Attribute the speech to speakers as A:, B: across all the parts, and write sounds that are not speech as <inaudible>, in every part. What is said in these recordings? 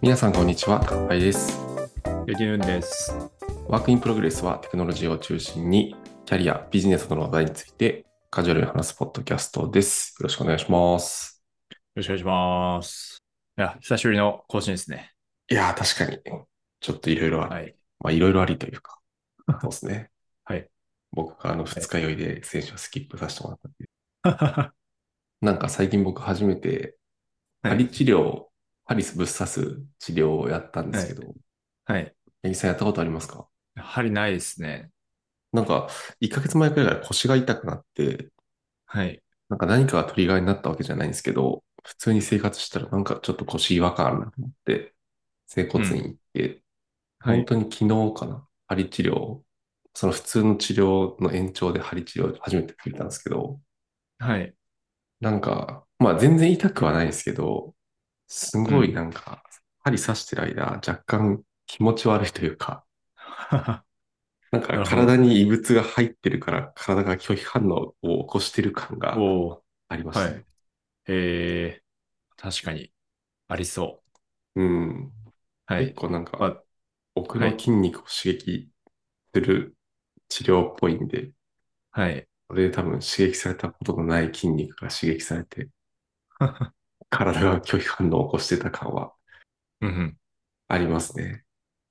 A: 皆さんこんにちは、かっぱいです。
B: ゆきぬんです。
A: ワークインプログレスはテクノロジーを中心にキャリア、ビジネスなどの話題についてカジュアルに話すポッドキャストです。よろしくお願いします。
B: よろしくお願いします。いや、久しぶりの更新ですね。
A: いやー、確かに。ちょっといろいろあり、
B: はい。 <laughs>
A: まあいろいろありという <laughs> か、そうですね。
B: はい。
A: 僕があの二日酔いで選手をスキップさせてもらったんで、
B: は
A: なんか最近僕初めて、
B: はい
A: 針治療、ハリスぶっ刺す治療をやったんですけど、
B: い。
A: 八木さんやったことありますか
B: 針ないですね。
A: なんか、1ヶ月前くらいから腰が痛くなって、
B: はい。
A: なんか何かがトリガーになったわけじゃないんですけど、普通に生活してたらなんかちょっと腰違和感あるなと思って、整骨院行って、
B: は
A: 本
B: い。
A: 当に昨日かな、針治療、その普通の治療の延長で針治療初めて受けたんですけど、
B: はい。
A: なんか、まあ全然痛くはないんですけど、すごいなんか、針刺してる間、若干気持ち悪いというか、なん
B: な
A: か
B: るほど
A: 体に異物が入ってるから、体が拒否反応を起こしてる感が
B: お <laughs> お。
A: ありまし
B: は
A: たね。
B: い。えー、確かに、ありそ
A: うん。
B: う。は
A: 結
B: い。
A: 構なんか、
B: まあ
A: 奥の筋肉を刺激する治療っぽいんで、
B: <laughs> はい。
A: それで多分刺激されたことのない筋肉が刺激されて、体が拒否反応を起こしてた感は
B: うんうん。
A: ありますね。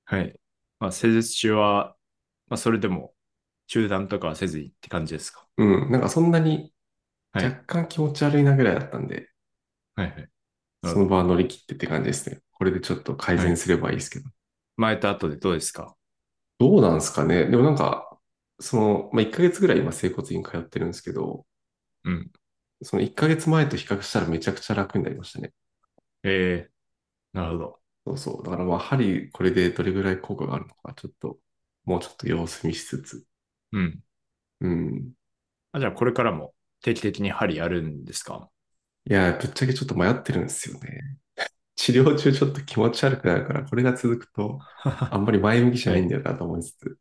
B: はい。まあ、施術中は、まあ、それでも、中断とかはせずにって感じですか。
A: うん、なんかそんなに
B: はい
A: 若干気持ち悪いなぐらいだったんで、
B: はいはい。なる
A: そ
B: ほど
A: の場は乗り切ってって感じですね。これでちょっと改善すればいいですけど。
B: 前と後でどうですか
A: どうなんですかねでもなんか、その、まあ、1ヶ月ぐらい今整骨院通ってるんですけど、
B: うん。
A: その1ヶ月前と比較したらめちゃくちゃ楽になりましたね。
B: えー、なるほど。
A: そうそう。だからまあ、針、これでどれぐらい効果があるのか、ちょっと、もうちょっと様子見しつつ。
B: うん。
A: うん。
B: あ、じゃあこれからも定期的に針やるんですか
A: いや、ぶっちゃけちょっと迷ってるんですよね。 <laughs> 治療中ちょっと気持ち悪くなるから、これが続くと、あんまり前向きじゃないんだよなと思いつつ。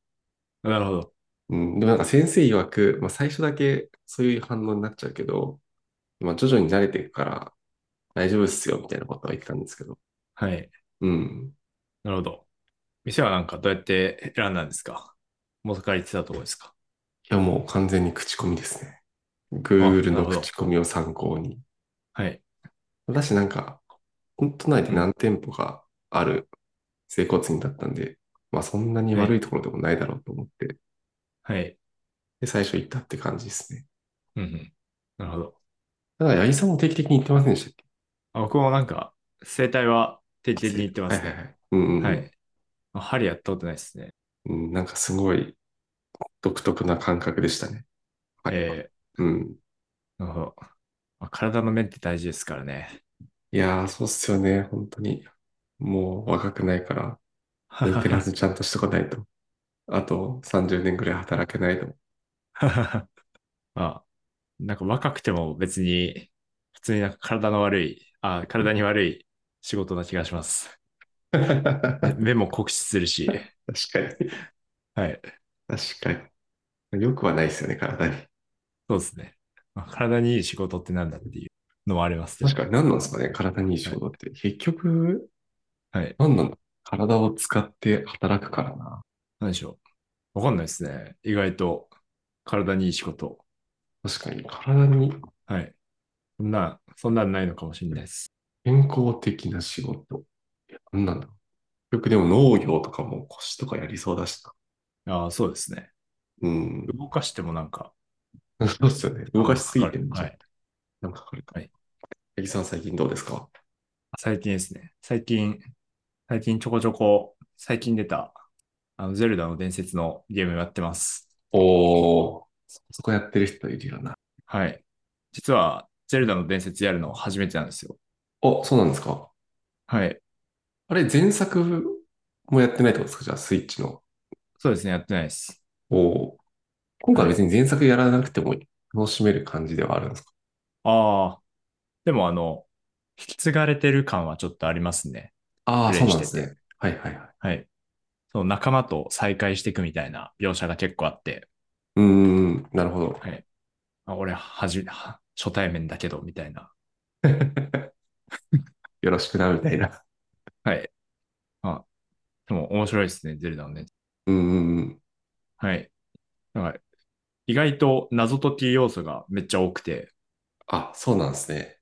B: なるほど。
A: うん。でもなんか先生曰く、まあ、最初だけそういう反応になっちゃうけど、まあ、徐々に慣れていくから、大丈夫っすよ、みたいなことは言ってたんですけど。
B: はい。
A: うん。
B: なるほど。店はなんかどうやって選んだんですか元から言ってたとこですか
A: いや、もう完全に口コミですね。Google
B: なる
A: の
B: ほど
A: 口コミを参考に。
B: はい。
A: 私なんか、本都内で何店舗かある整骨院だったんで、まあそんなに悪いところでもないだろうと思って、
B: はい。
A: で、最初行ったって感じですね。
B: うんうん。なるほど。
A: だから、八木さんも定期的に行ってませんでしたっけ
B: あ僕もなんか、整体は定期的に行ってます
A: はいはいは
B: ね。
A: い。うんうんうん、
B: はい。まあ針やったことないですね。
A: うん。なんかすごい独特な感覚でしたね。はい。
B: え
A: うん。
B: ー、なるほど。まあ体の面って大事ですからね。
A: いやー、そうっすよね。本当に。もう若くないから、メンテナンスちゃんとしとかないと。あと30年ぐらい働けないと。 <laughs>
B: <laughs> まあ、なんか若くても別に、普通になんか体の悪い、あ、体に悪い仕事な気が
A: <laughs>
B: します。
A: 確か
B: 目目も酷使す
A: <laughs>
B: るし、
A: に。
B: はい、
A: 確かに。よくはないですよね、体に。
B: そうですね。まあ、体にいい仕事ってなんだっていうのもありますけど
A: 確かに何なんですかね、体にいい仕事って。結局、
B: はい、
A: 何なんだ体を使って働くからな。
B: 何でしょう。わかんないですね。意外と体にいい仕事。
A: 確かに、体に
B: はい。そんな、そんなんないのかもしれないです。
A: 健康的な仕事。いや何なんだろう結局でも農業とかも腰とかやりそうだしな。
B: ああ、そうですね。
A: うん。
B: 動かしてもなんか、
A: そうっすよね。 <laughs> 動かしすぎてるんじゃ
B: は
A: ん
B: い。
A: なんかかかるか。
B: はい
A: 八木さん最近どうですか
B: 最近ですね。最近、最近ちょこちょこ、最近出た、あの、ゼルダの伝説のゲームやってます。
A: おー、そこやってる人いるよな。
B: はい。実は、ゼルダの伝説やるの初めてなんですよ。
A: あ、そうなんですか
B: はい。
A: あれ、前作もやってないってことですかじゃあ、スイッチの。
B: そうですね、やってないです。
A: おー今回は別に前作やらなくても楽しめる感じではあるんですか
B: ああ。でも、あの、引き継がれてる感はちょっとありますね。
A: ああ、
B: プ
A: そ
B: レ
A: う
B: イ
A: な
B: し
A: ん
B: て
A: で
B: て
A: すね。はいはいはい。
B: はい。その仲間と再会していくみたいな描写が結構あって、
A: うーん、なるほど。 <laughs>
B: はい。あ、俺、はじめ、は初対面だけど、みたいな。
A: よろしくな、みたいな。
B: はい。あ、でも面白いですね、ゼルダはね。
A: うんうんうん。
B: はい。なんか意外と謎解き要素がめっちゃ多くて、
A: あ、そうなんですね。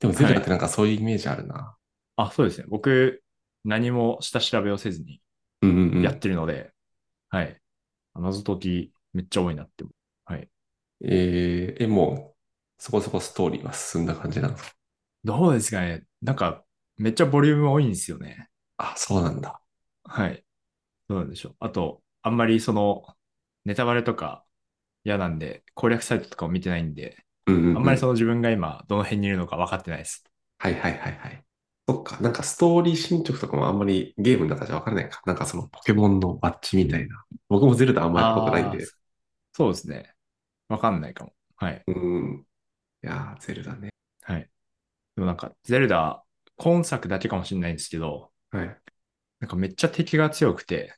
A: でもゼルダってなんかそういうイメージあるな。
B: あ、そうですね。僕、何も下調べをせずに
A: うんうんうん。
B: やってるので、はい。謎解きめっちゃ多いなって思う。
A: えー、え、もう、そこそこストーリーは進んだ感じなんですか
B: どうですかねなんか、めっちゃボリューム多いんですよね。
A: あ、そうなんだ。
B: はい。どうなんでしょう。あと、あんまりその、ネタバレとか嫌なんで、攻略サイトとかを見てないんで、
A: うんうん、
B: あ
A: うん
B: んまりその自分が今、どの辺にいるのか分かってないです。
A: はいはいはいはい。そっか、なんかストーリー進捗とかもあんまりゲームの中じゃわからないか。なんかそのポケモンのバッジみたいな。僕もゼルダあんまりやったことないんで
B: あー。そうですね。分かんないかも。はい。
A: うん。いやー、ゼルダね。
B: はい。でもなんか、ゼルダ、今作だけかもしれないんですけど、
A: はい。
B: なんかめっちゃ敵が強くて、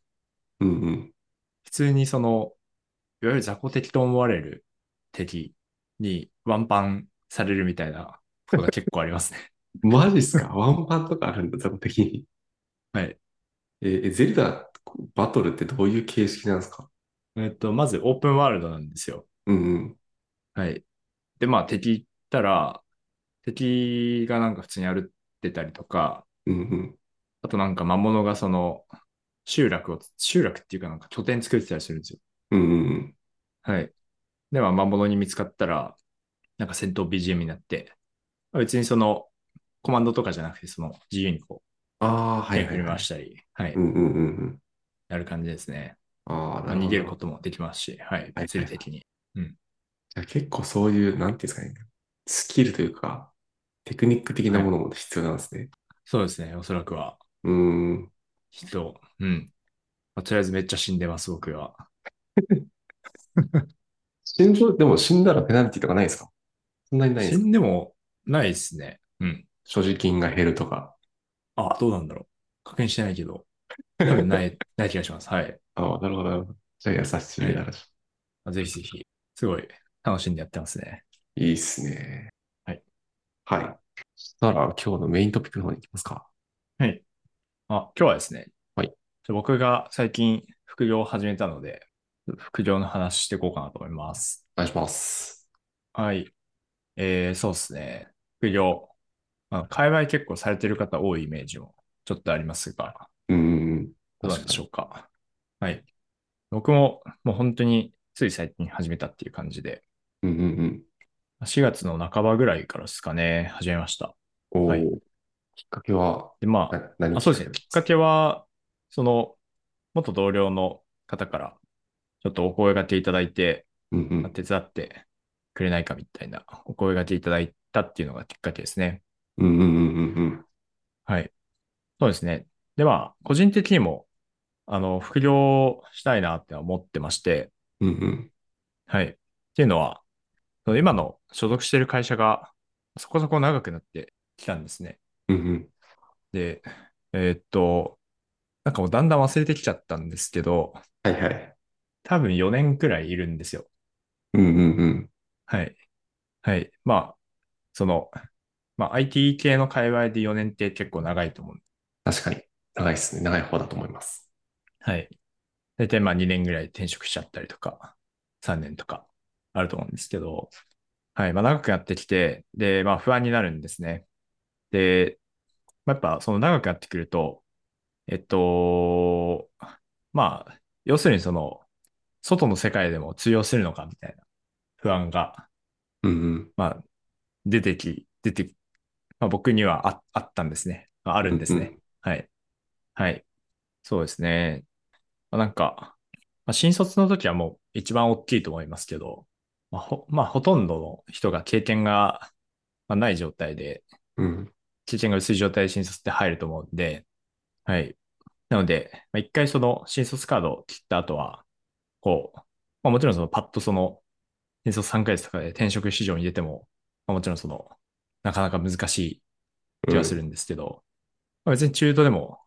A: うんうん。
B: 普通にその、いわゆる雑魚敵と思われる敵にワンパンされるみたいなことが結構ありますね。 <laughs>
A: マジっすか <laughs> ワンパンとかあるんだ、その的に。
B: はい。
A: えーえゼルダバトルってどういう形式なんですか
B: えっと、まずオープンワールドなんですよ。
A: うんうん。
B: はい。で、まあ敵行ったら、敵がなんか普通に歩ってたりとか、
A: うんうん。
B: あとなんか魔物がその集落を、集落っていうかなんか拠点作ってたりするんですよ。
A: うんうんうん。
B: はい。で、まあ魔物に見つかったら、なんか戦闘 BGM になって、まあ別にそのコマンドとかじゃなくて、その自由にこう、
A: ああ、は
B: はいい、
A: は
B: 振
A: い
B: り
A: はい
B: 回。したり、はい、
A: うんうんうんうん。
B: やる感じですね。
A: ああ、
B: ま
A: な
B: あ
A: るほど。
B: 逃げることもできますし、はい、
A: はい
B: 物理的に。
A: じゃあ結構そういう、なんていうんですかね、スキルというか、テクニック的なものも必要なんですね。
B: そうですね、おそらくは。
A: うーん。
B: 人、うん。まあとりあえずめっちゃ死んでます、僕は。
A: 死んじゃうでも死んだらペナルティとかないですかそんなにないで
B: 死
A: すか
B: んでもないですね。うん。
A: 所持金が減るとか。
B: あ、どうなんだろう。確認してないけど、
A: <laughs>
B: 多分ない、 <laughs> ない気がします。はい。
A: ああ、なるほど、なるほど。じゃあ優しいな話。
B: まあぜひぜひ、すごい楽しんでやってますね。
A: いいっすね。
B: はい。
A: はい。そしたら今日のメイントピックの方に行きますか。
B: はい。あ、今日はですね。
A: はい。
B: 僕が最近副業を始めたので、副業の話していこうかなと思います。
A: お願いします。
B: はい。えー、そうですね。副業。まあ、界隈結構されてる方多いイメージもちょっとありますが、
A: うーん。
B: どうなんでしょ
A: う。
B: うか。はい。僕ももう本当につい最近始めたっていう感じで、
A: うんうんうん。
B: 4月の半ばぐらいからですかね、始めました。
A: おお、
B: はい
A: きっかけは、
B: で、まあ、
A: な何
B: あそうですね。きっかけは、その、元同僚の方から、ちょっとお声掛けいただいて、
A: うんう
B: まあ
A: ん。
B: 手伝ってくれないかみたいなお声掛けいただいたっていうのがきっかけですね。
A: うんうんうんうんうん。
B: はい。そうですね。で、まあ、個人的にも、あの、副業したいなって思ってまして、
A: うんうん。
B: はい。っていうのは、その今の所属している会社がそこそこ長くなってきたんですね。
A: うんうん。
B: で、えーっと、なんかもうだんだん忘れてきちゃったんですけど、
A: はいはい。
B: 多分4年くらいいるんですよ。
A: うんうんうん。
B: はい。はい。まあ、その、まあ、IT 系の界隈で4年って結構長いと思う。
A: 確かに。長いですね。長い方だと思います。
B: はい。大体まあ2年ぐらい転職しちゃったりとか、3年とかあると思うんですけど、はい。まあ長くなってきて、で、まあ不安になるんですね。で、まあ、やっぱその長くなってくると、えっと、まあ、要するにその、外の世界でも通用するのかみたいな不安が、
A: うんうん。
B: まあ、出てき、出てき、まあ僕にはああったんですね。まああるんですね。はい。はい。そうですね。まあ、なんか、まあ、新卒の時はもう一番大きいと思いますけど、まあほまあ、ほとんどの人が経験が、まあ、ない状態で、
A: うん。うん。
B: 経験が薄い状態で新卒って入ると思うんで、はい。なので、まあ、一回その新卒カードを切った後は、こう、まあ、もちろんそのパッとその、新卒3ヶ月とかで転職市場に出ても、まあ、もちろんその、なかなか難しい気はするんですけど、まあ、別に中途でも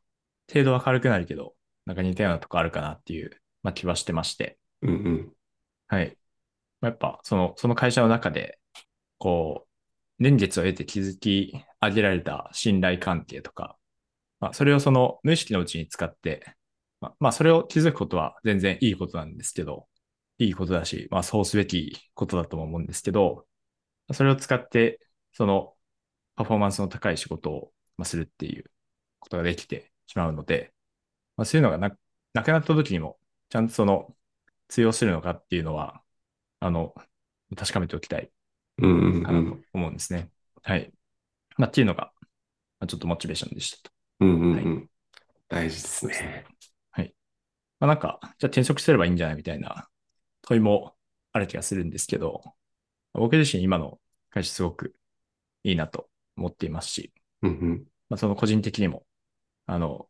B: 程度は軽くなるけど、なんか似たようなとこあるかなっていう、まあ、気はしてまして、
A: うんうん。
B: はい。まあやっぱ、その、その会社の中で、こう、年月を得て築き上げられた信頼関係とか、まあ、それをその無意識のうちに使って、まあ、まあそれを気づくことは全然いいことなんですけど、いいことだし、まあ、そうすべきことだとも思うんですけど、それを使って、そのパフォーマンスの高い仕事をまあするっていうことができてしまうので、まあ、そういうのがななくなった時にも、ちゃんとその通用するのかっていうのは、あの、確かめておきたい
A: うんうん
B: か
A: う
B: なんと思うんですね。はい。まあ、っていうのが、まあ、ちょっとモチベーションでしたと。
A: うんうんうん。大事ですね。
B: まあ、なんか、じゃあ転職すればいいんじゃないみたいな問いもある気がするんですけど、僕自身今の会社すごくいいなと思っていますし、
A: うんうん。
B: まあ、その個人的にも、あの、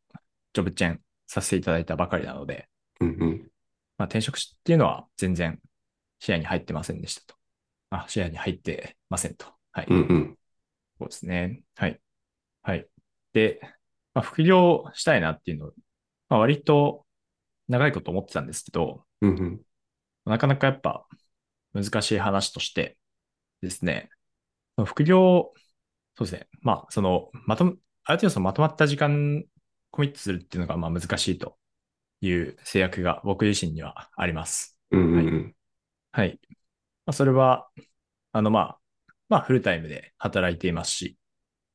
B: ジョブチェーンさせていただいたばかりなので、
A: うんうん。
B: まあ、転職っていうのは全然視野に入ってませんでしたと。あ、視野に入ってませんと。はい。
A: うんうん。
B: そうですね。はい。はい。で、まあ、副業したいなっていうのを、まあ、割と長いこと思ってたんですけど、
A: うんうん。
B: なかなかやっぱ難しい話としてですね、その副業、そうですね。まあ、その、まとも、ある程度そのまとまった時間コミットするっていうのがまあ難しいという制約が僕自身にはあります。
A: うんうん
B: はい。まあ、それは、あの、まあ、まあ、フルタイムで働いていますし、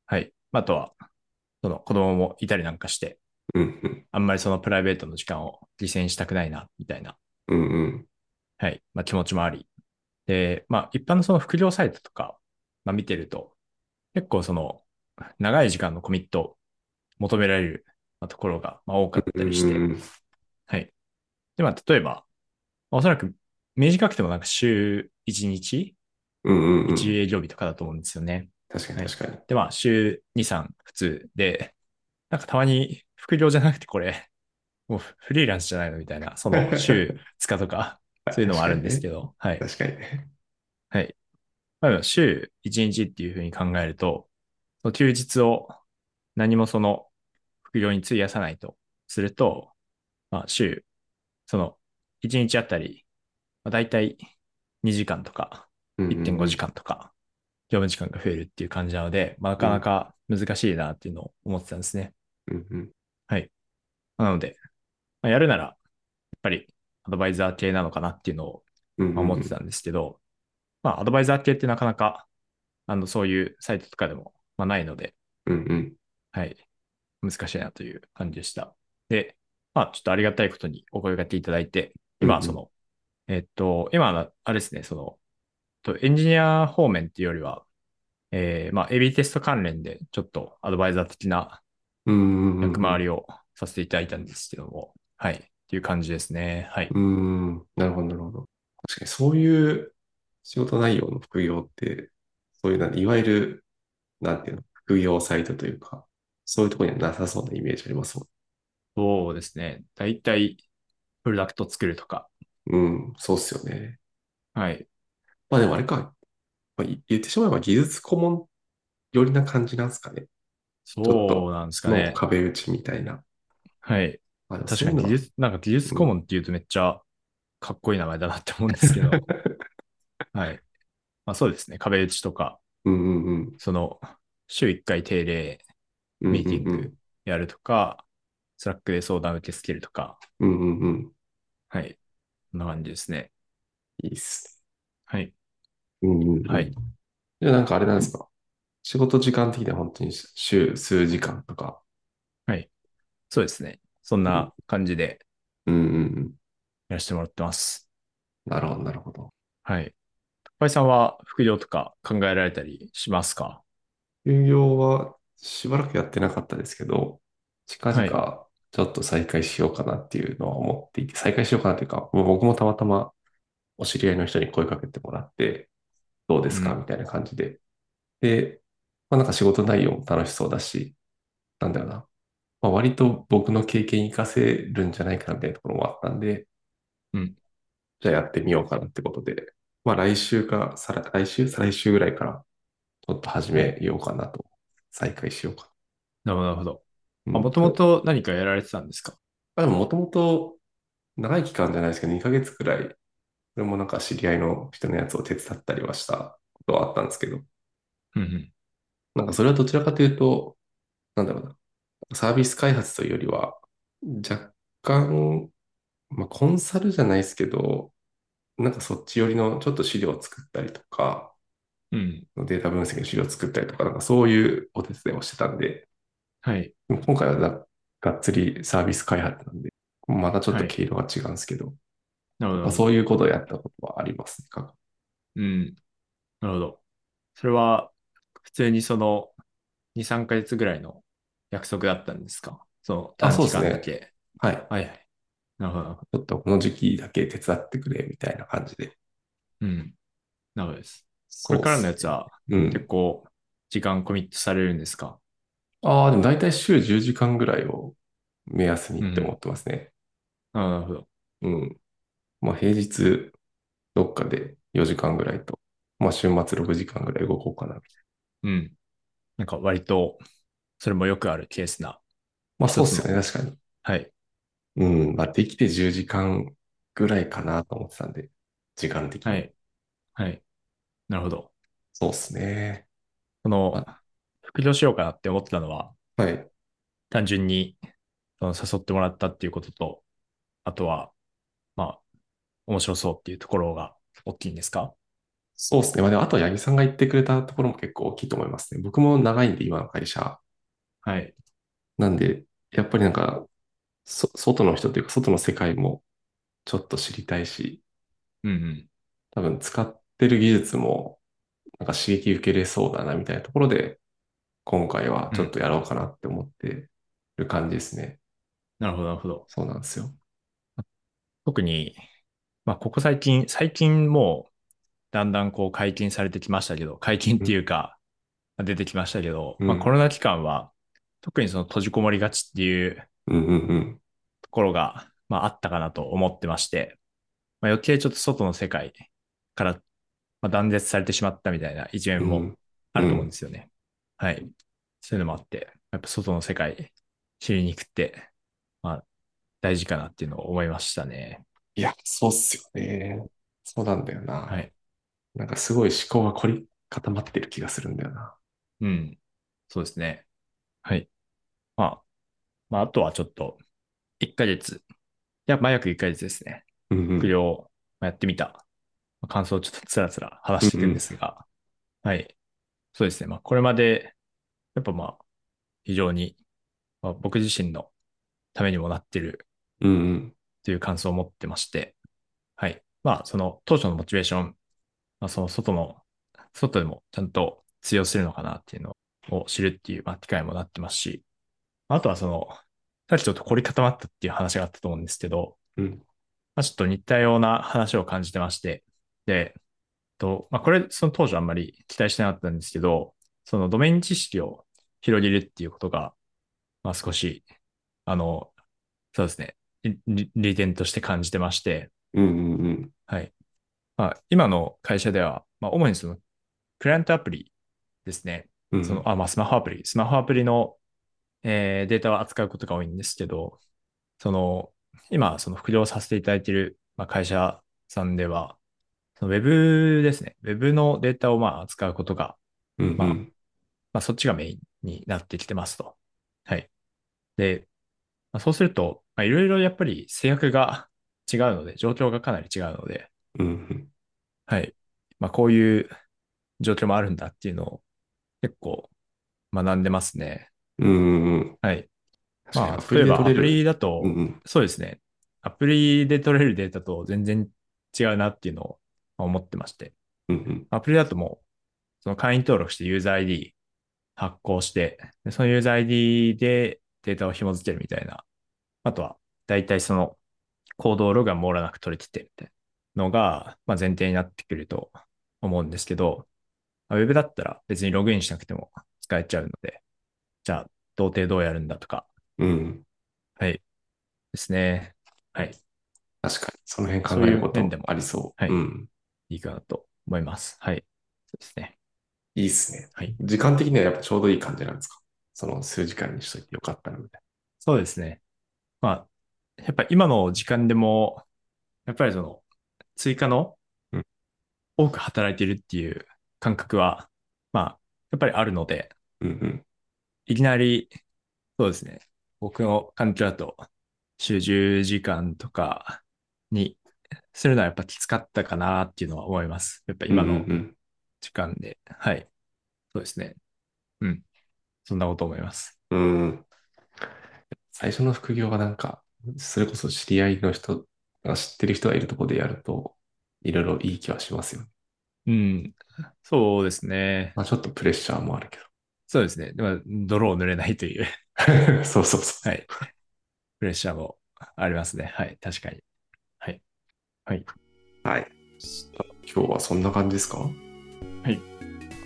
B: はい。あとは、その子供もいたりなんかして、
A: うんうん。
B: あんまりそのプライベートの時間を犠牲にしたくないな、みたいな、
A: うんうん。
B: はい。まあ、気持ちもあり。で、まあ、一般のその副業サイトとか、まあ、見てると、結構その、長い時間のコミットを求められるまあところがまあ多かったりして
A: う、ん
B: はい。で、まあ、例えば、まあおそらく短くてもなんか週1日
A: うんうん。
B: 1営業日とかだと思うんですよね。
A: 確かに確かに。
B: で、まあ、週2、3普通で、なんかたまに副業じゃなくてこれ、もうフリーランスじゃないのみたいな、そ
A: <laughs>
B: の週2日とか、そういうのもあるんですけど、はい。
A: 確かにね。
B: まあでも週1日っていうふうに考えると、その休日を何もその副業に費やさないとすると、まあ週、その1日あたり、まあ、大体2時間とか、
A: 確かにね
B: 1.5時。間とか、業務時間が増えるっていう感じなので、まあ、なかなか難しいなっていうのを思ってたんですね。
A: うんうん。
B: なので、まあ、やるなら、やっぱりアドバイザー系なのかなっていうのを
A: うんうん
B: まあ思ってたんですけど、まあ、アドバイザー系ってなかなか、あの、そういうサイトとかでも、まあ、ないので、
A: うんうん。
B: はい、難しいなという感じでした。で、まあ、ちょっとありがたいことにお声掛けいただいて、
A: うんう
B: 今、
A: ん
B: その、えっと、今の、あれですね、その、とエンジニア方面っていうよりは、えー、まあ、AB テスト関連で、ちょっとアドバイザー的な
A: うんうん。
B: 役回
A: り。
B: りをさせていただいたんですけども、はい、っていう感じですね。はい。
A: うん。なるほど、なるほど。確かにそういう仕事内容の副業って、そういうなんで、いわゆる、なんていうの、副業サイトというか、そういうところにはなさそうなイメージありますも
B: そうですね。大体、プロダクト作るとか、
A: ん。うん、そうっすよね。
B: はい。
A: まあでもあれか、まあ、い言ってしまえば技術顧問寄りな感じなんですかね。と
B: そうなんですか
A: の
B: ね。
A: 壁打ちみたいな。
B: はい。
A: あでも
B: 確
A: そういう
B: かに
A: の
B: 技
A: は
B: 術、なんか技術顧問っていうとめっちゃかっこいい名前だなって思うんです <laughs> けど。はい。まあそうですね。壁打ちとか、
A: うんうんうん。
B: その、週1回定例
A: うんうんうん
B: ミーティングやるとか、スラックで相談受け付けるとか、
A: うんうんうん。
B: はい。こんな感じですね。
A: いいっす
B: はい。
A: ね。うんうんうん
B: はい。
A: じゃあなんかあれなんですか。仕事時間的には本当に週数時間とか。
B: そうですね。そんな感じで
A: うんうんうん。
B: やらせてもらってます。
A: なるほど、なるほど。
B: はい。高井さんは副業とか考えられたりしますか
A: 休業はしばらくやってなかったですけど、近々ちょっと再開しようかなっていうのは思っていて、再開しようかなというか、もう僕もたまたまお知り合いの人に声かけてもらって、どうですか
B: うん
A: みたいな感じで。で、まあ、なんか仕事内容も楽しそうだし、なんだろうな。まあ、割と僕の経験活かせるんじゃないかなみたいなところもあったんで、
B: うん
A: じゃあやってみようかなってことで、まあ来週か、再来来週、再来週ぐらいから、ちょっと始めようかなと。再開しようか
B: なるほど、なるほど。
A: な。
B: もともと何かやられてたんですか
A: あ、でももともと長い期間じゃないですけど、2ヶ月くらい、これもなんか知り合いの人のやつを手伝ったりはしたことはあったんですけど、
B: うんうん。
A: なんかそれはどちらかというと、なんだろうな。サービス開発というよりは、若干、まあ、コンサルじゃないですけど、なんかそっち寄りのちょっと資料を作ったりとか、
B: うん。
A: データ分析の資料を作ったりとか、なんかそういうお手伝いをしてたんで、
B: はい。
A: でも今回はががっつりサービス開発なんで、またちょっと
B: はい
A: 毛色が違うんですけど、
B: なるほ
A: まあ
B: ど。
A: そういうことをやったことはありますね。か
B: うん。なるほど。それは、普通にその、2、3ヶ月ぐらいの約束だったんですかその
A: あ
B: 短
A: そうで
B: 期
A: す
B: 間
A: ね
B: だけ。
A: はい。
B: はいはい。なるほどなるほど。
A: ちょっとこの時期だけ手伝ってくれみたいな感じで。
B: うん。なるほどです。こ
A: こ
B: れからのやつは
A: うん。
B: 結構時間コミットされるんですか
A: ああ、でも大体週10時間ぐらいを目安にって思ってますね。
B: ああなるほど。
A: うん。まあ平日どっかで4時間ぐらいと、まあ週末6時間ぐらい動こうかなみたいな。
B: うん。なんか割と、それもよくあるケースな。
A: まあそうっすよね、確かに。
B: はい。
A: うん。まあできて10時間ぐらいかなと思ってたんで、時間的に。
B: はい。はい。なるほど。
A: そうっすね。
B: この、副業しようかなって思ってたのは、
A: はい。
B: 単純にその誘ってもらったっていうことと、あとは、まあ、面白そうっていうところが大きいんですか
A: そうですね。まあ、でもあと、八木さんが言ってくれたところも結構大きいと思いますね。僕も長いんで、今の会社。
B: はい。
A: なんで、やっぱりなんか、そ、外の人というか、外の世界もちょっと知りたいし、
B: うんうん。
A: 多分使ってる技術も、なんか刺激受けれそうだな、みたいなところで、今回はちょっとやろうかなって思ってる感じですね。
B: なるほど、なるほど。
A: そうなんですよ。
B: 特に、まあ、ここ最近、最近もう、だんだんこう解禁されてきましたけど、解禁っていうか、出てきましたけど、
A: うん
B: まあ、コロナ期間は、特にその閉じこもりがちっていう
A: うんうんうん。
B: ところが、まあ、あったかなと思ってまして、まあ、余計ちょっと外の世界から、まあ、断絶されてしまったみたいな一面も
A: うん
B: あると思うんですよね。はい。そういうのもあって、やっぱ外の世界知りに行くって、まあ、大事かなっていうのを思いましたね。
A: いや、そうっすよね。そうなんだよな。
B: はい。
A: なんかすごい思考が凝り固まってる気がするんだよな。
B: うん。そうですね。はい。まあ、まあ、あとはちょっと、1ヶ月。いや、まあ、約1ヶ月ですね。
A: うんうん
B: 副業をやってみたまあ感想をちょっとつらつら話していくんですが、はい。そうですね。まあ、これまで、やっぱまあ、非常に、まあ、僕自身のためにもなってる
A: うんうん。
B: という感想を持ってまして、はい。まあ、その当初のモチベーション、まあ、その外の、外でもちゃんと通用するのかなっていうのを知るっていう、まあ、機会もなってますし、あとはその、さっきちょっと凝り固まったっていう話があったと思うんですけど、
A: うん
B: まあ、ちょっと似たような話を感じてまして、で、と、まあ、これ、その当初あんまり期待してなかったんですけど、そのドメイン知識を広げるっていうことが、まあ、少し、あの、そうですね、りり利点として感じてまして、
A: うんうんうん。
B: はい。まあ、今の会社では、まあ、主にその、クライアントアプリですね。
A: うん
B: その、あ、まあ、スマホアプリ。スマホアプリの、えーデータを扱うことが多いんですけど、その、今、その副業させていただいている、まあ、会社さんでは、そのウェブですね。ウェブのデータをまあ扱うことが、
A: うんうん
B: まあまあ、そっちがメインになってきてますと。はい。で、まあ、そうすると、まあ、いろいろやっぱり制約が <laughs> 違うので、状況がかなり違うので、
A: うんうん
B: はい。まあ、こういう状況もあるんだっていうのを結構学んでますね。
A: うんうんうん。
B: はい。
A: 確かに
B: ま
A: ア
B: あ、
A: プ
B: 例
A: リ
B: え
A: で
B: ばアプ
A: 取れる。
B: リだと
A: う、んうん
B: そうですね。アプリで取れるデータと全然違うなっていうのをまあ思ってまして。
A: うん
B: アプリだともう、その会員登録してユーザー ID 発行して、でそのユーザー ID でデータを紐付けるみたいな。あとは、だいたいその行動ログは網羅なく取り切ってみたいなのが、まあ、前提になってくると思うんですけど、まあウェブだったら別にログインしなくても使えちゃうので、じゃあ、どう程度やるんだとか、
A: うん。うん。
B: はい。ですね。はい。
A: 確かに。その辺考えるこ
B: そういう面で
A: と
B: も
A: ありそう。
B: はい
A: うん。
B: いいかなと思います。はい。そうですね。
A: いいっすね。
B: はい。
A: 時間的にはやっぱちょうどいい感じなんですかその数時間にしといてよかったなみたい
B: そうですね。まあ、やっぱ今の時間でも、やっぱりその、追加の
A: うん
B: 多く働いてるっていう感覚は、まあ、やっぱりあるので、
A: な。うん
B: いきなりそうですね。僕の環境だと、週10時間とかにするのはやっぱきつかったかなっていうのは思います。やっぱ今
A: うん
B: の
A: うん
B: 時間で。はい。そうですね。うん。そんなこと思います。
A: うん。うん最初の副業がなんか、それこそ知り合いの人が知ってる人がいるところでやると、いろいろいい気はしますよね。
B: うん。そうですね。
A: まあちょっとプレッシャーもあるけ
B: そうですね。でも、泥を塗れないという、 <laughs>
A: ど。 <laughs> そうそうそう。
B: はい。プレッシャーもありますね。はい。確かに。。
A: はい。今日はそんな感じですかはい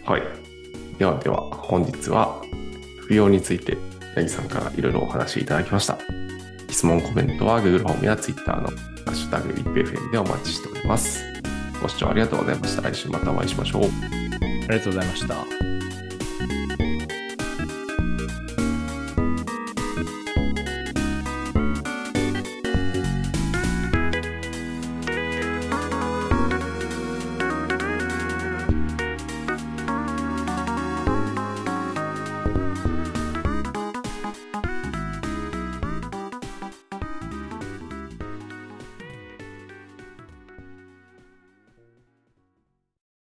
A: はい。ではでは、本日は、副業について、八木さんからいろいろお話しいただきました。質問、コメントは Google ホームや Twitter のハッシュタグ IPFM でお待ちしております。ご視聴ありがとうございました。来週またお会いしましょう。
B: ありがとうございました。